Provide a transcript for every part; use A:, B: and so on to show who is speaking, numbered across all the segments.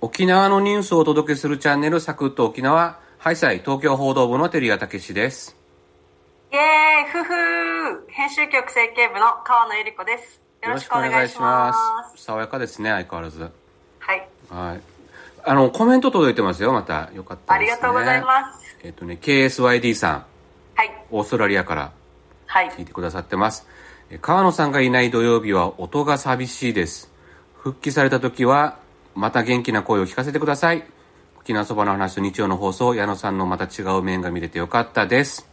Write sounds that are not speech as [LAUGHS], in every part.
A: 沖縄のニュースをお届けするチャンネルサクッと沖縄ハイサイ東京報道部の照屋武史です
B: イエーイふふー編集局整形部の川野ゆり子ですよろしくお願いします
A: 爽やかですね相変わらず
B: はい
A: はいあのコメント届いてますよまたよかった
B: あ
A: で
B: り
A: すね
B: がとうございます
A: えっとね KSYD さん
B: はい
A: オーストラリアから
B: はい
A: 聞いてくださってますえ川野さんがいない土曜日は音が寂しいです復帰された時はまた元気な声を聞かせてください沖縄そばの話と日曜の放送矢野さんのまた違う面が見れてよかったです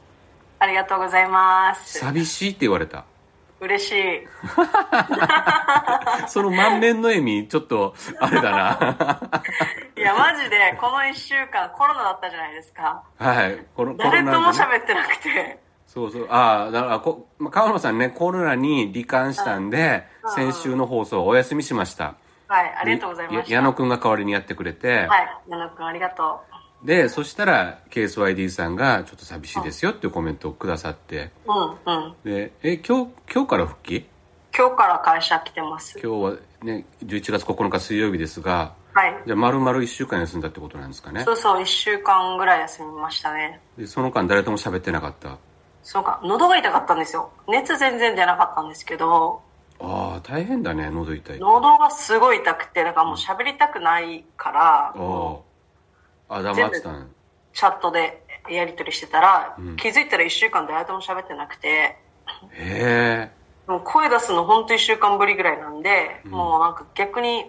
B: ありがとうございます
A: 寂しいって言われた
B: 嬉しい
A: その満面の笑みちょっとあれだ
B: [LAUGHS]
A: な
B: いやマジでこの1週間コロナだったじゃないですか
A: はいこの
B: 誰とも
A: でね
B: 喋ってなくて
A: そうそうああだからこ、まあ、川野さんねコロナに罹患したんで、先週の放送はお休みしました
B: はいありがとうございまし
A: や
B: た
A: 矢
B: は
A: 野くんが代わりにやってくれて、
B: い矢野くんありがと
A: でそしたら KSYD さんが「ちょっと寂しいですよ」っていうコメントをくださって
B: ううんうん
A: でえ今日今日から復帰
B: 今日から会社来てます
A: 今日はね11月9日水曜日ですが
B: はい
A: じゃあ丸々1週間休んだってことなんですかね
B: そうそう1週間ぐらい休みましたね
A: でその間誰とも喋ってなかった
B: そうか喉が痛かったんですよ熱全然出なかったんですけど
A: ああ大変だね喉痛いあ
B: 喉がすごい痛くてだからもう喋りたくないから
A: ああ黙ってたね
B: チャットでやり取りしてたら、気づいたら1週間誰とも喋ってなくて
A: へ
B: もう声出すの本当1週間ぶりぐらいなんで、もうなんか逆に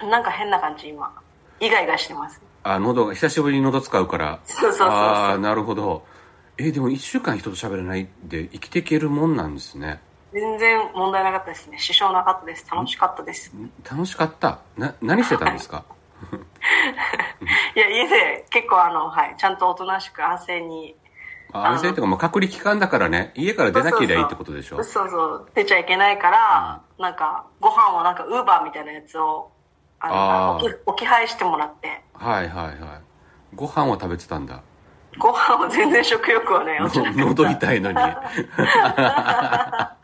B: なんか変な感じ今イガイガしてます
A: えあ喉が久しぶりに喉使うから
B: そうそうそうそう
A: ああなるほどえでも1週間人と喋れないで生きていけるもんなんですね
B: 全然問題なかったですね支障なかったです楽しかったです、
A: 楽しかったな何してたんです
B: [LAUGHS]
A: か
B: いや家で結構あの、はい、ちゃんとおとなしく安静に
A: あ安静っていうか、まあ、隔離期間だからね、家から出なきゃいいってことでしょ。
B: そうそう出ちゃいけないから、なんかご飯をなんかウーバーみたいなやつをあの
A: あー
B: 置き置き配してもらって
A: はいはいはい。ご飯を食べてたん
B: [LAUGHS]
A: だ。
B: ご飯を全然食欲はね落ちなくて
A: 喉痛いのに。
B: お腹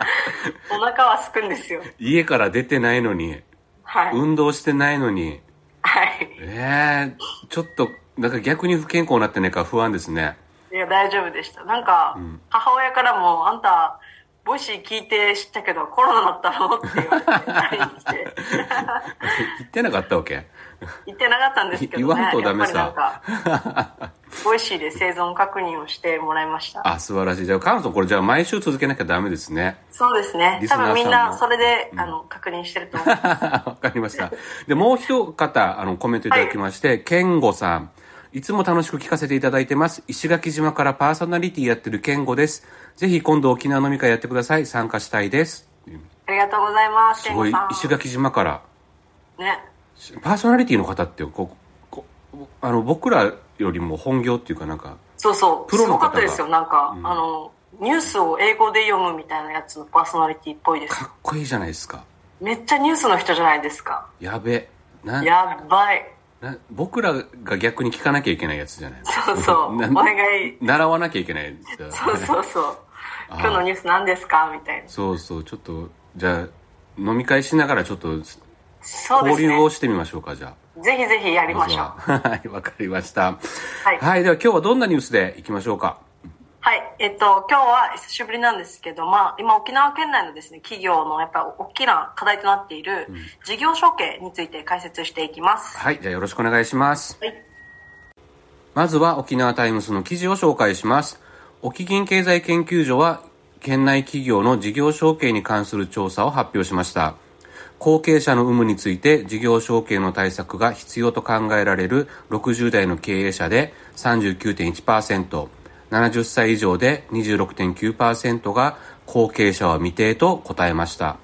B: はすくんですよ
A: 家から出てないのに、
B: はい、
A: 運動してないのに、
B: はい
A: ええちょっと、なんか逆に不健康になってねえか不安ですね。
B: いや大丈夫でしたなんか、母親からも「あんたボイシー聞いて知ったけどコロナだったの?」って言われて LINE
A: [LAUGHS]
B: 来て
A: 言ってなかったわけ
B: 言ってなかったんですけど、ね、
A: 言わんとダメさ
B: やっぱりなんかボイシーで生存確認をしてもらいました
A: あ、素晴らしい。じゃあ、カールさんこれじゃあ毎週続けなきゃダメですね。 [LAUGHS]
B: そうですね
A: リスナ
B: 多
A: ーさんも
B: 分みんなそれで、あの確認してると思います
A: わかりました。で、もう一方、あの、コメントいただきまして、ケンゴさん。いつも楽しく聞かせていただいてます。石垣島からパーソナリティやってるケンゴです。ぜひ今度沖縄飲み会やってください。参加したいです。
B: ありがとうございます。
A: すごい
B: 健吾さ、
A: 石
B: ん
A: 垣島から。
B: ね。
A: パーソナリティの方って、ここあの、僕らよりも本業っていうかなんか、
B: そうそう。
A: プロ
B: す
A: の
B: ご
A: 方が
B: かったですよ。なんか、あの、ニュースを英語で読むみたいなやつのパーソナリティっぽいです。
A: かっこいいじゃないですか。
B: めっちゃニュースの人じゃないですか。
A: やべ。な、
B: やばい。
A: な僕らが逆に聞かなきゃいけないやつじゃない
B: そうそう。お
A: [LAUGHS] な
B: 願い。
A: 習わなきゃいけないやつだよね
B: そうそうそう。今日のニュース何ですかみたいな。
A: そうそうちょっとじゃあ飲み会しながらちょっと
B: そうです
A: 交流を
B: ね。
A: してみましょうかじゃ
B: ぜひぜひやり
A: あ
B: ましょう。
A: は [LAUGHS] はいわかりましたは、
B: はいい
A: では今日はどんなニュースでいきましょうか
B: はい。えっと、今日は久しぶりなんですけど、まあ、今沖縄県内のですね、企業のやっぱ大きな課題となっている事業承継について解説していきます。
A: はいじゃあよろしくお願いします
B: はい。
A: まずは沖縄タイムスの記事を紹介します沖銀経済研究所は県内企業の事業承継に関する調査を発表しました後継者の有無について事業承継の対策が必要と考えられる60代の経営者で 39.1%70 歳以上で26.9%が後継者は未定と答えました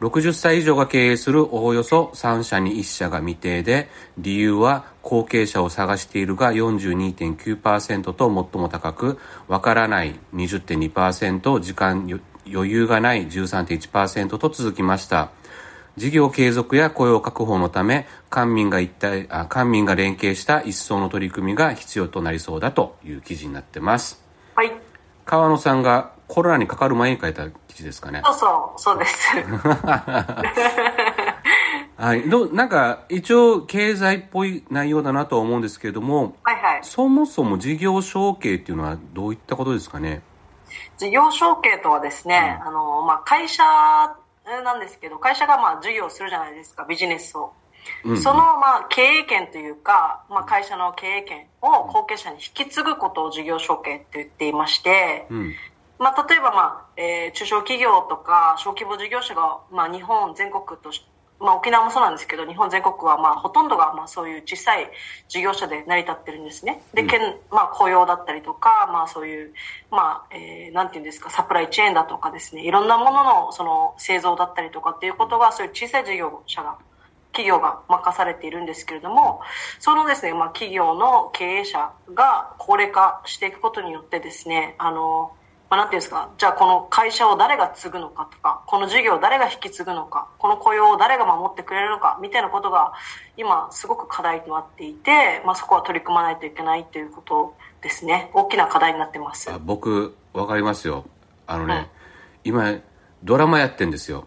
A: 60歳以上が経営するおおよそ3社に1社が未定で理由は後継者を探しているが42.9%と最も高くわからない20.2%時間よ余裕がない13.1%と続きました事業継続や雇用確保のため官民が一体あ官民が連携した一層の取り組みが必要となりそうだという記事になってます
B: はい。
A: 川野さんがコロナにか [LAUGHS] かる前に書いた記事ですかね
B: そうそう、そうです。
A: はい。どうなんか、一応、経済っぽい内容だなとは思うんですけれども、
B: はいはい。
A: そもそも事業承継っていうのはどういったことですかね
B: 事業承継とはですね、あの、まあ、会社なんですけど、会社がまあ、事業をするじゃないですか、ビジネスを。
A: うん
B: その、まあ、経営権というか、まあ、会社の経営権を後継者に引き継ぐことを事業承継って言っていまして、
A: うん。
B: まあ、例えば、まあえー中小企業とか小規模事業者が、まあ、日本全国とし、まあ、沖縄もそうなんですけど日本全国は、まあ、ほとんどが、まあ、そういう小さい事業者で成り立ってるんですねで、県まあ、雇用だったりとか、まあ、そういう、まあえーなんていうんですかサプライチェーンだとかですねいろんなもののその製造だったりとかっていうことがそういう小さい事業者が企業が任されているんですけれども、そのですね、まあ、企業の経営者が高齢化していくことによってですね、あの、まあ、なんていうんですか、じゃあこの会社を誰が継ぐのかとか、この事業を誰が引き継ぐのか、この雇用を誰が守ってくれるのか、みたいなことが今すごく課題となっていて、まあ、そこは取り組まないといけないということですね。大きな課題になってます。
A: あ僕、わかりますよ。あのね、
B: はい
A: 今、ドラマやってんですよ。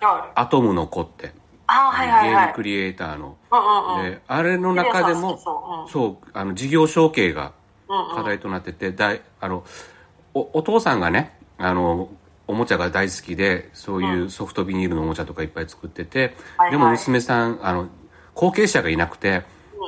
B: あ
A: アトムの子って。
B: あ、はいはい
A: ゲ
B: は
A: ーム
B: い
A: ク。リエイターの。
B: うんうんうん。
A: であれの中でも、
B: 皆さん好き
A: そう、あの、事業承継が
B: そう。うんうん。
A: 課題となってて、だいあのおお父さんがねあのおもちゃが大好きでそういうソフトビニールのおもちゃとかいっぱい作ってて、
B: はいはい
A: でも娘さんあの後継者がいなくて、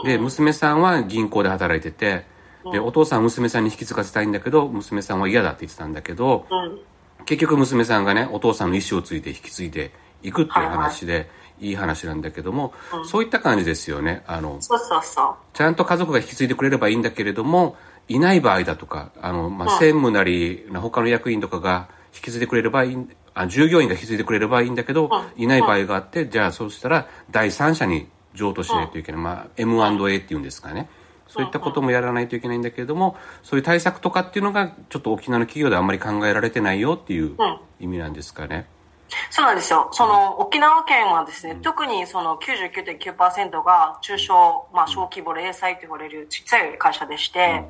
A: で娘さんは銀行で働いてて、でお父さんは娘さんに引き継がせたいんだけど娘さんは嫌だって言ってたんだけど、
B: うん。
A: 結局娘さんがねお父さんの意思を継いで引き継いでいくっていう話で、いい、話なんだけども、そういった感じですよねあの
B: そうそうそう。
A: ちゃんと家族が引き継いでくれればいいんだけれども、いない場合だとか、あの、まあ、
B: うん
A: 専務なり、他の役員とかが引き継いでくれればいいん、あ従業員が引き継いでくれればいいんだけど、
B: う
A: いない場合があって、じゃあそうしたら第三者に譲渡しないといけない。まあ、M&A っていうんですかね。そういったこともやらないといけないんだけれども、そういう対策とかっていうのが、ちょっと沖縄の企業ではあんまり考えられてないよっていう
B: うん
A: 意味なんですかね。
B: そうなんですよ。その、沖縄県はですね、特にその99.9%が中小、まあ小規模零細と言われるちっちゃい会社でして、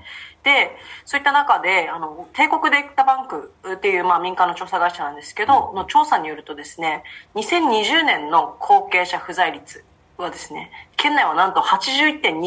B: で、そういった中で、あの、帝国データバンクっていう、まあ民間の調査会社なんですけど、の調査によるとですね、2020年の後継者不在率はですね、県内はなんと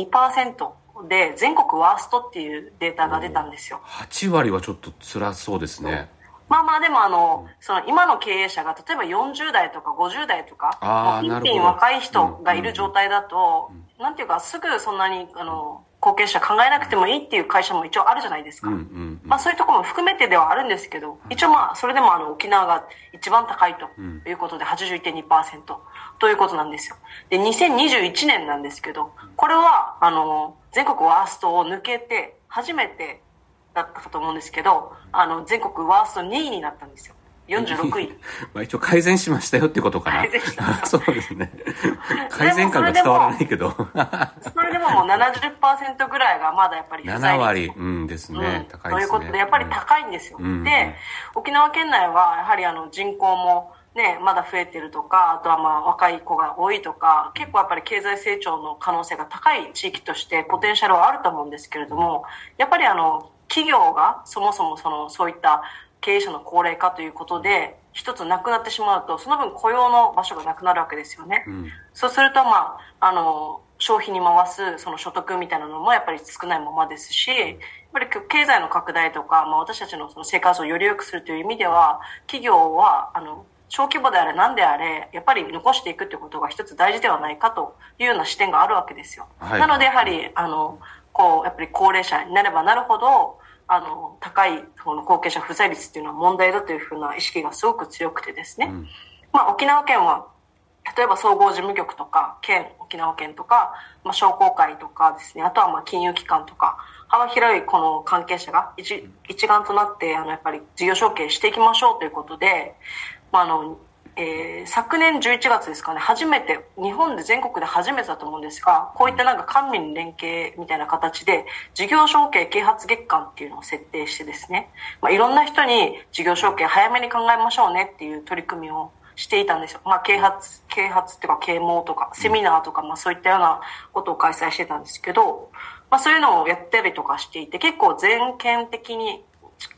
B: 81.2%で、全国ワーストっていうデータが出たんですよ。
A: 8割はちょっと辛そうですね。
B: まあまあでもあの、その今の経営者が例えば40代とか50代とか、
A: あー
B: もうピン
A: なるほ
B: ピン
A: ど
B: 若い人がいる状態だと、なんていうかすぐそんなにあの、後継者考えなくてもいいっていう会社も一応あるじゃないですか。
A: うんうんうん
B: まあそういうところも含めてではあるんですけど、一応まあそれでもあの沖縄が一番高いということで81.2%ということなんですよ。で、2021年なんですけど、これはあの、全国ワーストを抜けて初めてだったかと思うんですけど、あの、全国ワースト2位になったんですよ。46位。
A: [LAUGHS]
B: [LAUGHS]
A: まあ一応改善しましたよってことかな
B: 改善しまし。た
A: そうです
B: [LAUGHS]
A: ね。改善感が伝わらないけど、
B: それでももう70%ぐらいがまだやっぱり
A: [LAUGHS]
B: 不
A: 7
B: 在率
A: 割、
B: [LAUGHS]
A: うんですね。
B: うん
A: 高いですね。
B: ということで、やっぱり高いんですよ。
A: うん
B: で、沖縄県内は、やはりあの人口もね、まだ増えてるとか、あとはまあ若い子が多いとか、結構やっぱり経済成長の可能性が高い地域として、ポテンシャルはあると思うんですけれども、やっぱりあの、企業がそもそもその、そういった経営者の高齢化ということで、一つなくなってしまうと、その分雇用の場所がなくなるわけですよね。
A: うん
B: そうすると、まあ、あの、消費に回す、その所得みたいなのもやっぱり少ないままですし、やっぱり経済の拡大とか、まあ私たちのその生活をより良くするという意味では、企業は、あの、小規模であれ何であれ、やっぱり残していくということが一つ大事ではないかというような視点があるわけですよ。
A: はい
B: なので、やはり、あの、こう、やっぱり高齢者になればなるほど、あの、高い、この後継者不在率っていうのは問題だというふうな意識がすごく強くてですね。
A: ん
B: まあ、沖縄県は、例えば総合事務局とか、県、沖縄県とか、まあ、商工会とかですね、あとはまあ、金融機関とか、幅広いこの関係者が一一丸となって、あの、やっぱり事業承継していきましょうということで、まあ、あの、えー昨年11月ですかね、初めて、日本で全国で初めてだと思うんですが、こういったなんか官民連携みたいな形で、事業承継啓発月間っていうのを設定してですね、まあ、いろんな人に事業承継早めに考えましょうねっていう取り組みをしていたんですよ。まあ、啓発、啓発っていうか、啓蒙とか、セミナーとか、まあ、そういったようなことを開催してたんですけど、まあ、そういうのをやったりとかしていて、結構全県的に、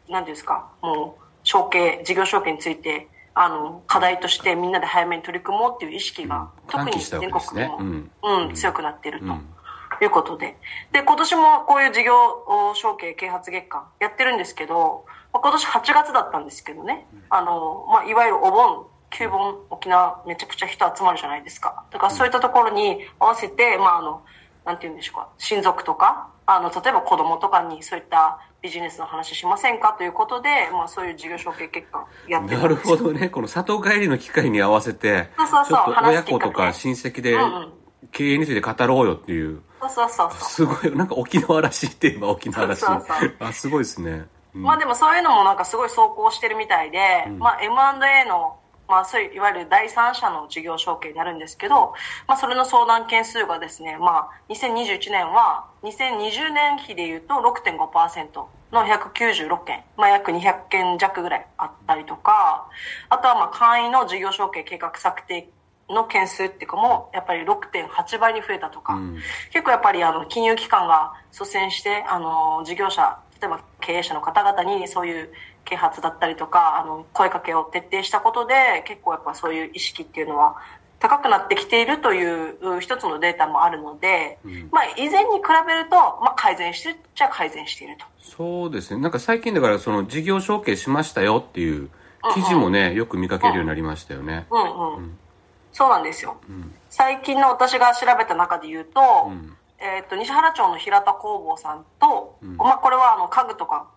B: なんていうんですか、もう、承継、事業承継について、あの、課題としてみんなで早めに取り組もうっていう意識が、
A: 喚
B: 特
A: 起
B: に
A: した
B: 全
A: わけ
B: 国
A: ですね
B: も、
A: うん
B: うん強くなっていると。
A: うん
B: いうことで。で、今年もこういう事業承継啓発月間やってるんですけど、まあ今年8月だったんですけどね、あの、まあ、いわゆるお盆、旧盆、沖縄めちゃくちゃ人集まるじゃないですか。だからそういったところに合わせて、まあ、あの、なんて言うんでしょうか、親族とか、あの、例えば子供とかにそういったビジネスの話しませんかということで、まあ、そういう事業承継結果やって
A: なる
B: です
A: ほどね。この里帰りの機会に合わせて、
B: そうそうそう
A: ちょっと親子とか
B: 話す
A: 親戚で
B: うんうん
A: 経営について語ろうよっていう、
B: そうそうそうそう。
A: すごい、なんか沖縄らしいって言えば沖縄らしい
B: そうそうそう。
A: あ、すごいですね。うん
B: まあでもそういうのもなんかすごい走行してるみたいで、まあ M&A の、まあそういういわゆる第三者の事業承継になるんですけど、まあそれの相談件数がですね、まあ2021年は2020年比でいうと6.5%の196件、まあ約200件弱ぐらいあったりとか、あとはまあ会員の事業承継計画策定の件数っていうかもやっぱり6.8倍に増えたとか、結構やっぱりあの金融機関が率先してあの事業者例えば経営者の方々にそういう啓発だったりとかあの声かけを徹底したことで結構やっぱそういう意識っていうのは高くなってきているというう一つのデータもあるので、まあ以前に比べると、まあ、改善してるっちゃ改善していると。
A: そうですね。なんか最近だからその事業承継しましたよっていう記事もね、よく見かけるようになりましたよね。
B: うんうん、そうなんですよ、最近の私が調べた中で言うと,、えー、と西原町の平田工房さんと、まあ、これはあの家具とか、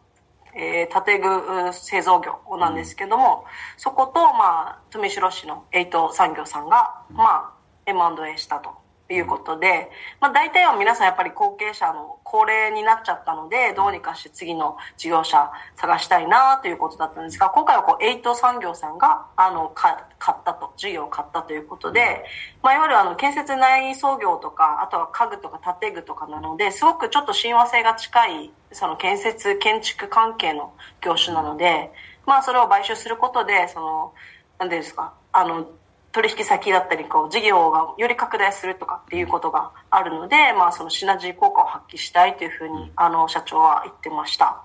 B: えー建具製造業なんですけども、そこと、まあ、富城市のエイト産業さんが、まあ、M&A したと。いうことで、まあ、大体は皆さんやっぱり後継者の高齢になっちゃったのでどうにかして次の事業者探したいなということだったんですが今回はこうエイト産業さんがあのか買ったと事業を買ったということで、まあ、いわゆるあの建設内装業とかあとは家具とか建具とかなのですごくちょっと親和性が近いその建設建築関係の業種なので、まあ、それを買収することでその何ていうんですかあの取引先だったりこう事業がより拡大するとかっていうことがあるので、まあ、そのシナジー効果を発揮したいというふうにあの社長は言ってました。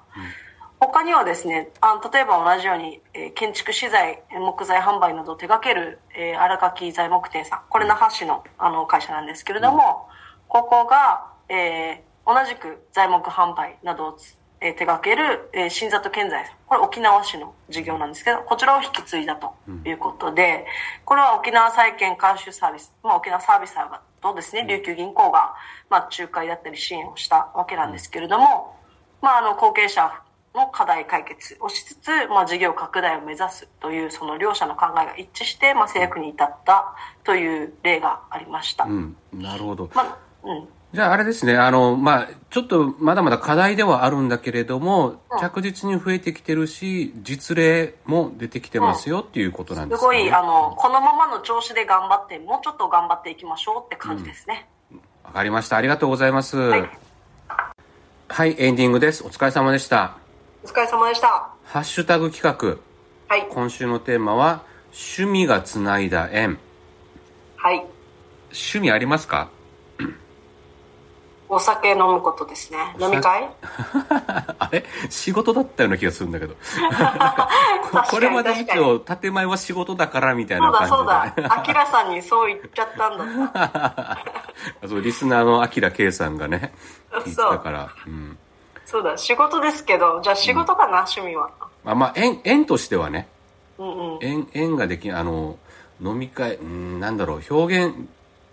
B: 他にはですねあ例えば同じように、えー建築資材木材販売などを手掛ける、えー荒垣材木店さんこれ那覇市のあの会社なんですけれども、ここが、えー同じく材木販売などをつ、えー手掛ける、えー新里建材さんこれ沖縄市の事業なんですけどこちらを引き継いだということで、これは沖縄債券監修サービス、まあ、沖縄サービスさんがとですね琉球銀行が、まあ、仲介だったり支援をしたわけなんですけれども、まあ、あの後継者の課題解決をしつつ、まあ、事業拡大を目指すというその両者の考えが一致して、まあ、制約に至ったという例がありました。
A: うん。なるほど。
B: まあうん
A: じゃああれですね、あの、まあ、ちょっとまだまだ課題ではあるんだけれども、着実に増えてきてるし、実例も出てきてますよっていうことなんですすか
B: ご
A: ね。
B: いあのこのままの調子で頑張ってもうちょっと頑張っていきましょうって感じですね、
A: わかりました。ありがとうございます。はい
B: い、
A: エンディングです。お疲れ様でした。
B: お疲れ様でした
A: ハッシュタグ企画。
B: はい
A: 今週のテーマは、趣味がつないだ縁。
B: はい
A: 趣味ありますか
B: お酒飲むことですね
A: お酒
B: 飲み会
A: あれ仕事だったような気がするんだけど。
B: 確かに
A: これまで
B: 確
A: 一
B: かに
A: 応、建前は仕事だからみたい
B: そ
A: な
B: うだそ
A: 感
B: うだ
A: じで。
B: あきらさんにそう言っちゃったんだ [LAUGHS] っ
A: [LAUGHS]
B: た
A: そうリスナーのアキラ K さんがね、
B: そう
A: 聞いてたから。うん。
B: そうだ仕事ですけどじゃあ仕事かな、趣味は
A: まあまあ、縁、縁としてはね、
B: うんうん
A: 縁、縁ができ、あの、飲み会、うん、なんだろう、表現、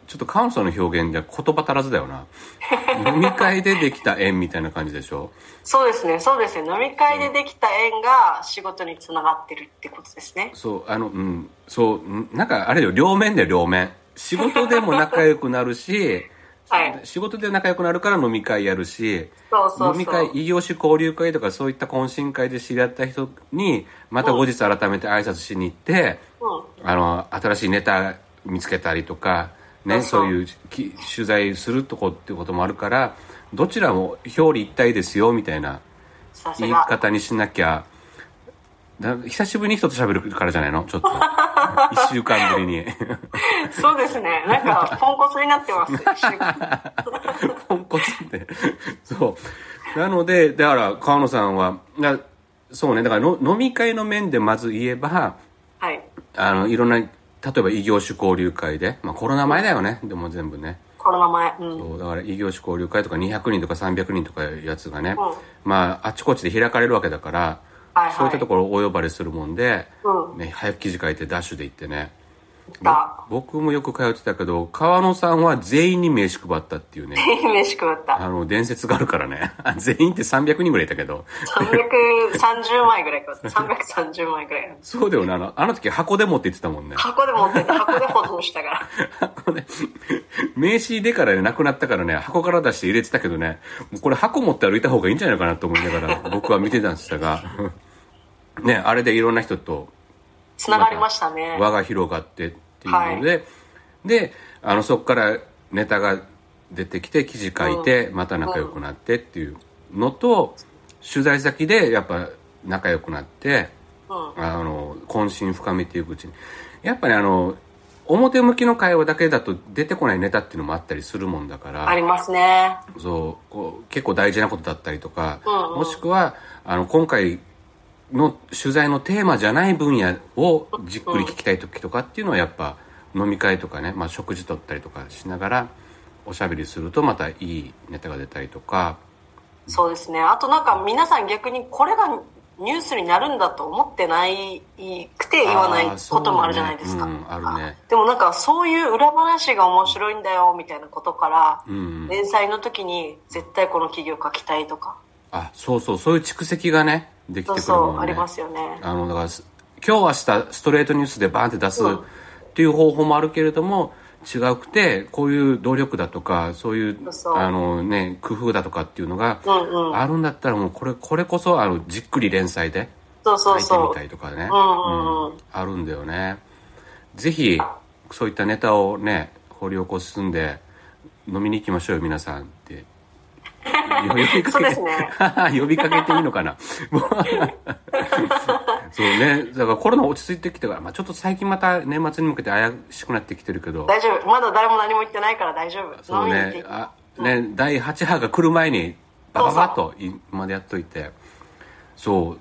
A: ちょっとカウンソの表現じゃ言葉足らずだよ
B: [LAUGHS]
A: な。飲み会でできた縁みたいな感じでしょ
B: そうですねそうですね飲み会でできた縁が仕事につながってるってことですね
A: そう、あの、うん、そう、んなんかあれよ、両面だよ、両面。仕事でも仲良くなるし、
B: [LAUGHS] はい
A: 仕事で仲良くなるから飲み会やるし、
B: そうそうそう
A: 飲み会、異業種交流会とかそういった懇親会で知り合った人に、また後日改めて挨拶しに行って、
B: うん
A: あの、新しいネタ見つけたりとか、ね、
B: そ
A: そう
B: うそう
A: いうき取材するとこっていうこともあるから、どちらも表裏一体ですよ、みたいな
B: さす
A: 言い
B: が
A: 方にしなきゃ、だ久しぶりに人と喋るからじゃないのちょっ
B: [LAUGHS]
A: と。一週間ぶりに。
B: [LAUGHS]
A: [LAUGHS]
B: そうですね。なんか、ポンコツになって
A: [LAUGHS]
B: ます。
A: ポンコツって。そう。なので、だから、川野さんは、なそうね、だからの飲み会の面でまず言えば、
B: はい。
A: あの、いろんな、例えば異業種交流会で、まあコロナ前だよね、でも全部ね。
B: コロナ前。うん。
A: そうだから異業種交流会とか200人とか300人とかいうやつがね、まああちこちで開かれるわけだから、
B: はいはい
A: そういったところお呼ばれするもんで、
B: うん
A: ね、早く記事書いてダッシュで行ってね
B: だ。
A: 僕もよく通ってたけど川野さんは全員に名刺配ったっていう
B: [LAUGHS]
A: ね
B: [LAUGHS] 飯食った。
A: あの伝説があるからね [LAUGHS] あ全員って300人ぐらいいたけど
B: 330枚ぐらい食った。330枚ぐらい。
A: そうだよねあのあの時箱で持って行ってたもんね
B: 箱で持ってた。箱で保存したから。
A: あのね名刺でからねなくなったからね箱から出して入れてたけどねもうこれ箱持って歩いた方がいいんじゃないかなと思いながら僕は見てたんですがねあれでいろんな人と
B: つながりましたね。
A: 輪が広がってっていうので、であのそこからネタが出てきて記事書いて、また仲良くなってっていうのと取材先でやっぱ仲良くなって
B: うん。
A: あの懇親深めていくうちにやっぱりあの表向きの会話だけだと出てこないネタっていうのもあったりするもんだから
B: ありますね。
A: そうこう結構大事なことだったりとか、
B: うんうん
A: もしくはあの今回の取材のテーマじゃない分野をじっくり聞きたい時とかっていうのはやっぱ飲み会とかね、まあ、食事取ったりとかしながらおしゃべりするとまたいいネタが出たりとか
B: そうですね。あとなんか皆さん逆にこれがニュースになるんだと思ってないくて言わない
A: あーそうね
B: こともあるじゃないですか。
A: うんあるね
B: でもなんかそういう裏話が面白いんだよみたいなことから、
A: うん
B: 連載の時に絶対この企業書きたいとか、
A: あそうそうそういう蓄積がねでき
B: そう
A: てく
B: そ
A: るもんね
B: う、ありますよね。
A: あのだからす今日明日ストレートニュースでバーンって出す
B: うん
A: っていう方法もあるけれども違くてこういう努力だとかそういう
B: そうそう
A: あの、ね、工夫だとかっていうのが
B: うんうん。
A: あるんだったらもうこれこれこそあのじっくり連載で
B: そうそ
A: 書い
B: う
A: てみ
B: そ
A: たいとかね、
B: うんうんうん
A: うんあるんだよねぜひそういったネタをね掘り起こすんで飲みに行きましょうよ皆さんって
B: [LAUGHS]
A: 呼びかけて
B: う。そうですね。
A: [LAUGHS] 呼びかけていいのか
B: [LAUGHS]
A: なもうそうねだからコロナ落ち着いてきてから、まあ、ちょっと最近また年末に向けて怪しくなってきてるけど
B: 大丈夫。まだ誰も何も言ってないから大丈夫。
A: そう
B: 飲みに行
A: ね
B: って
A: あね第8波が来る前にバババッと今でやっといてそう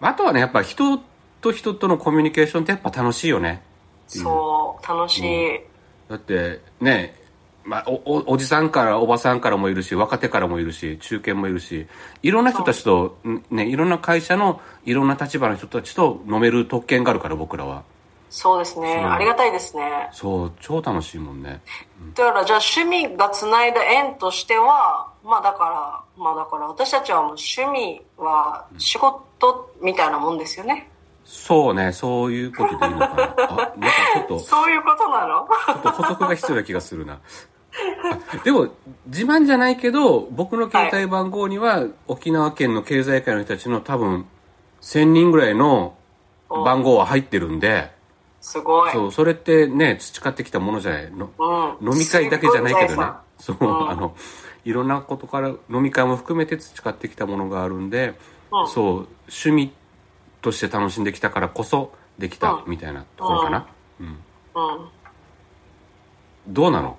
A: あとはねやっぱ人と人とのコミュニケーションってやっぱ楽しいよね
B: そう、楽しい。
A: だってねまあ、おおおじさんからおばさんからもいるし若手からもいるし中堅もいるしいろんな人たちと、んね、いろんな会社のいろんな立場の人たちと飲める特権があるから僕らは
B: そうですね。
A: そう
B: ありがたいですね。
A: そう超楽しいもんね
B: だからじゃあ趣味がつないだ縁としてはまあだからまあだから私たちはもう趣味は仕事みたいなもんですよね、
A: そうねそういうことでいいのかなあなんかちょっとち
B: そういうことなの
A: ょっと補足が必要な気がするなあでも自慢じゃないけど僕の携帯番号には沖縄県の経済界の人たちの多分1000人ぐらいの [LAUGHS] 番号は入ってるんで、
B: すごい
A: そう、それってね、培ってきたものじゃないの。
B: うん
A: 飲み会だけじゃないけどね。そう、
B: ん
A: あの、いろんなことから、飲み会も含めて培ってきたものがあるんで、
B: うん
A: そう、趣味として楽しんできたからこそできた
B: うん
A: みたいなところかな。
B: うん
A: どうなの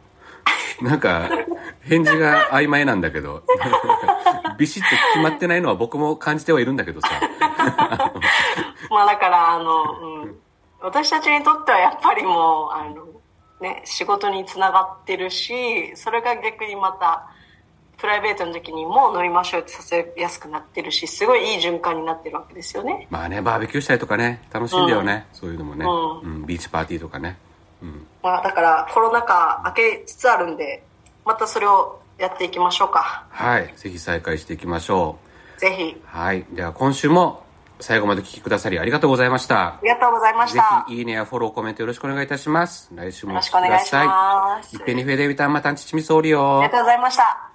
A: なんか、返事が曖昧なんだけど、 [LAUGHS] なんかビシッと決まってないのは僕も感じてはいるんだけどさ。
B: まあだからあの、うん、私たちにとってはやっぱりもうあのね仕事につながってるしそれが逆にまたプライベートの時にも飲みましょうってさせやすくなってるしすごいいい循環になってるわけですよね
A: まあね、バーベキューしたりとかね、楽しいんだよね。そういうのもね、
B: う
A: うん。ビーチパーティーとかね。
B: まあ、だからコロナ禍明けつつあるんでまたそれをやっていきましょうか
A: はい。ぜひ再開していきましょう。
B: ぜひ
A: はい。では今週も最後までお聞きくださりありがとうございました
B: あ。りがとうございまし
A: ぜ
B: た
A: ひいいねやフォロー、コメントよろしくお願いいたします。来週もお
B: よろ
A: 聞
B: し
A: き
B: くお
A: く
B: 願
A: だ
B: いし
A: さい。
B: ます
A: いっぺんにフェデビタンマタンチチミソーリ
B: あり
A: オ
B: が。とうございました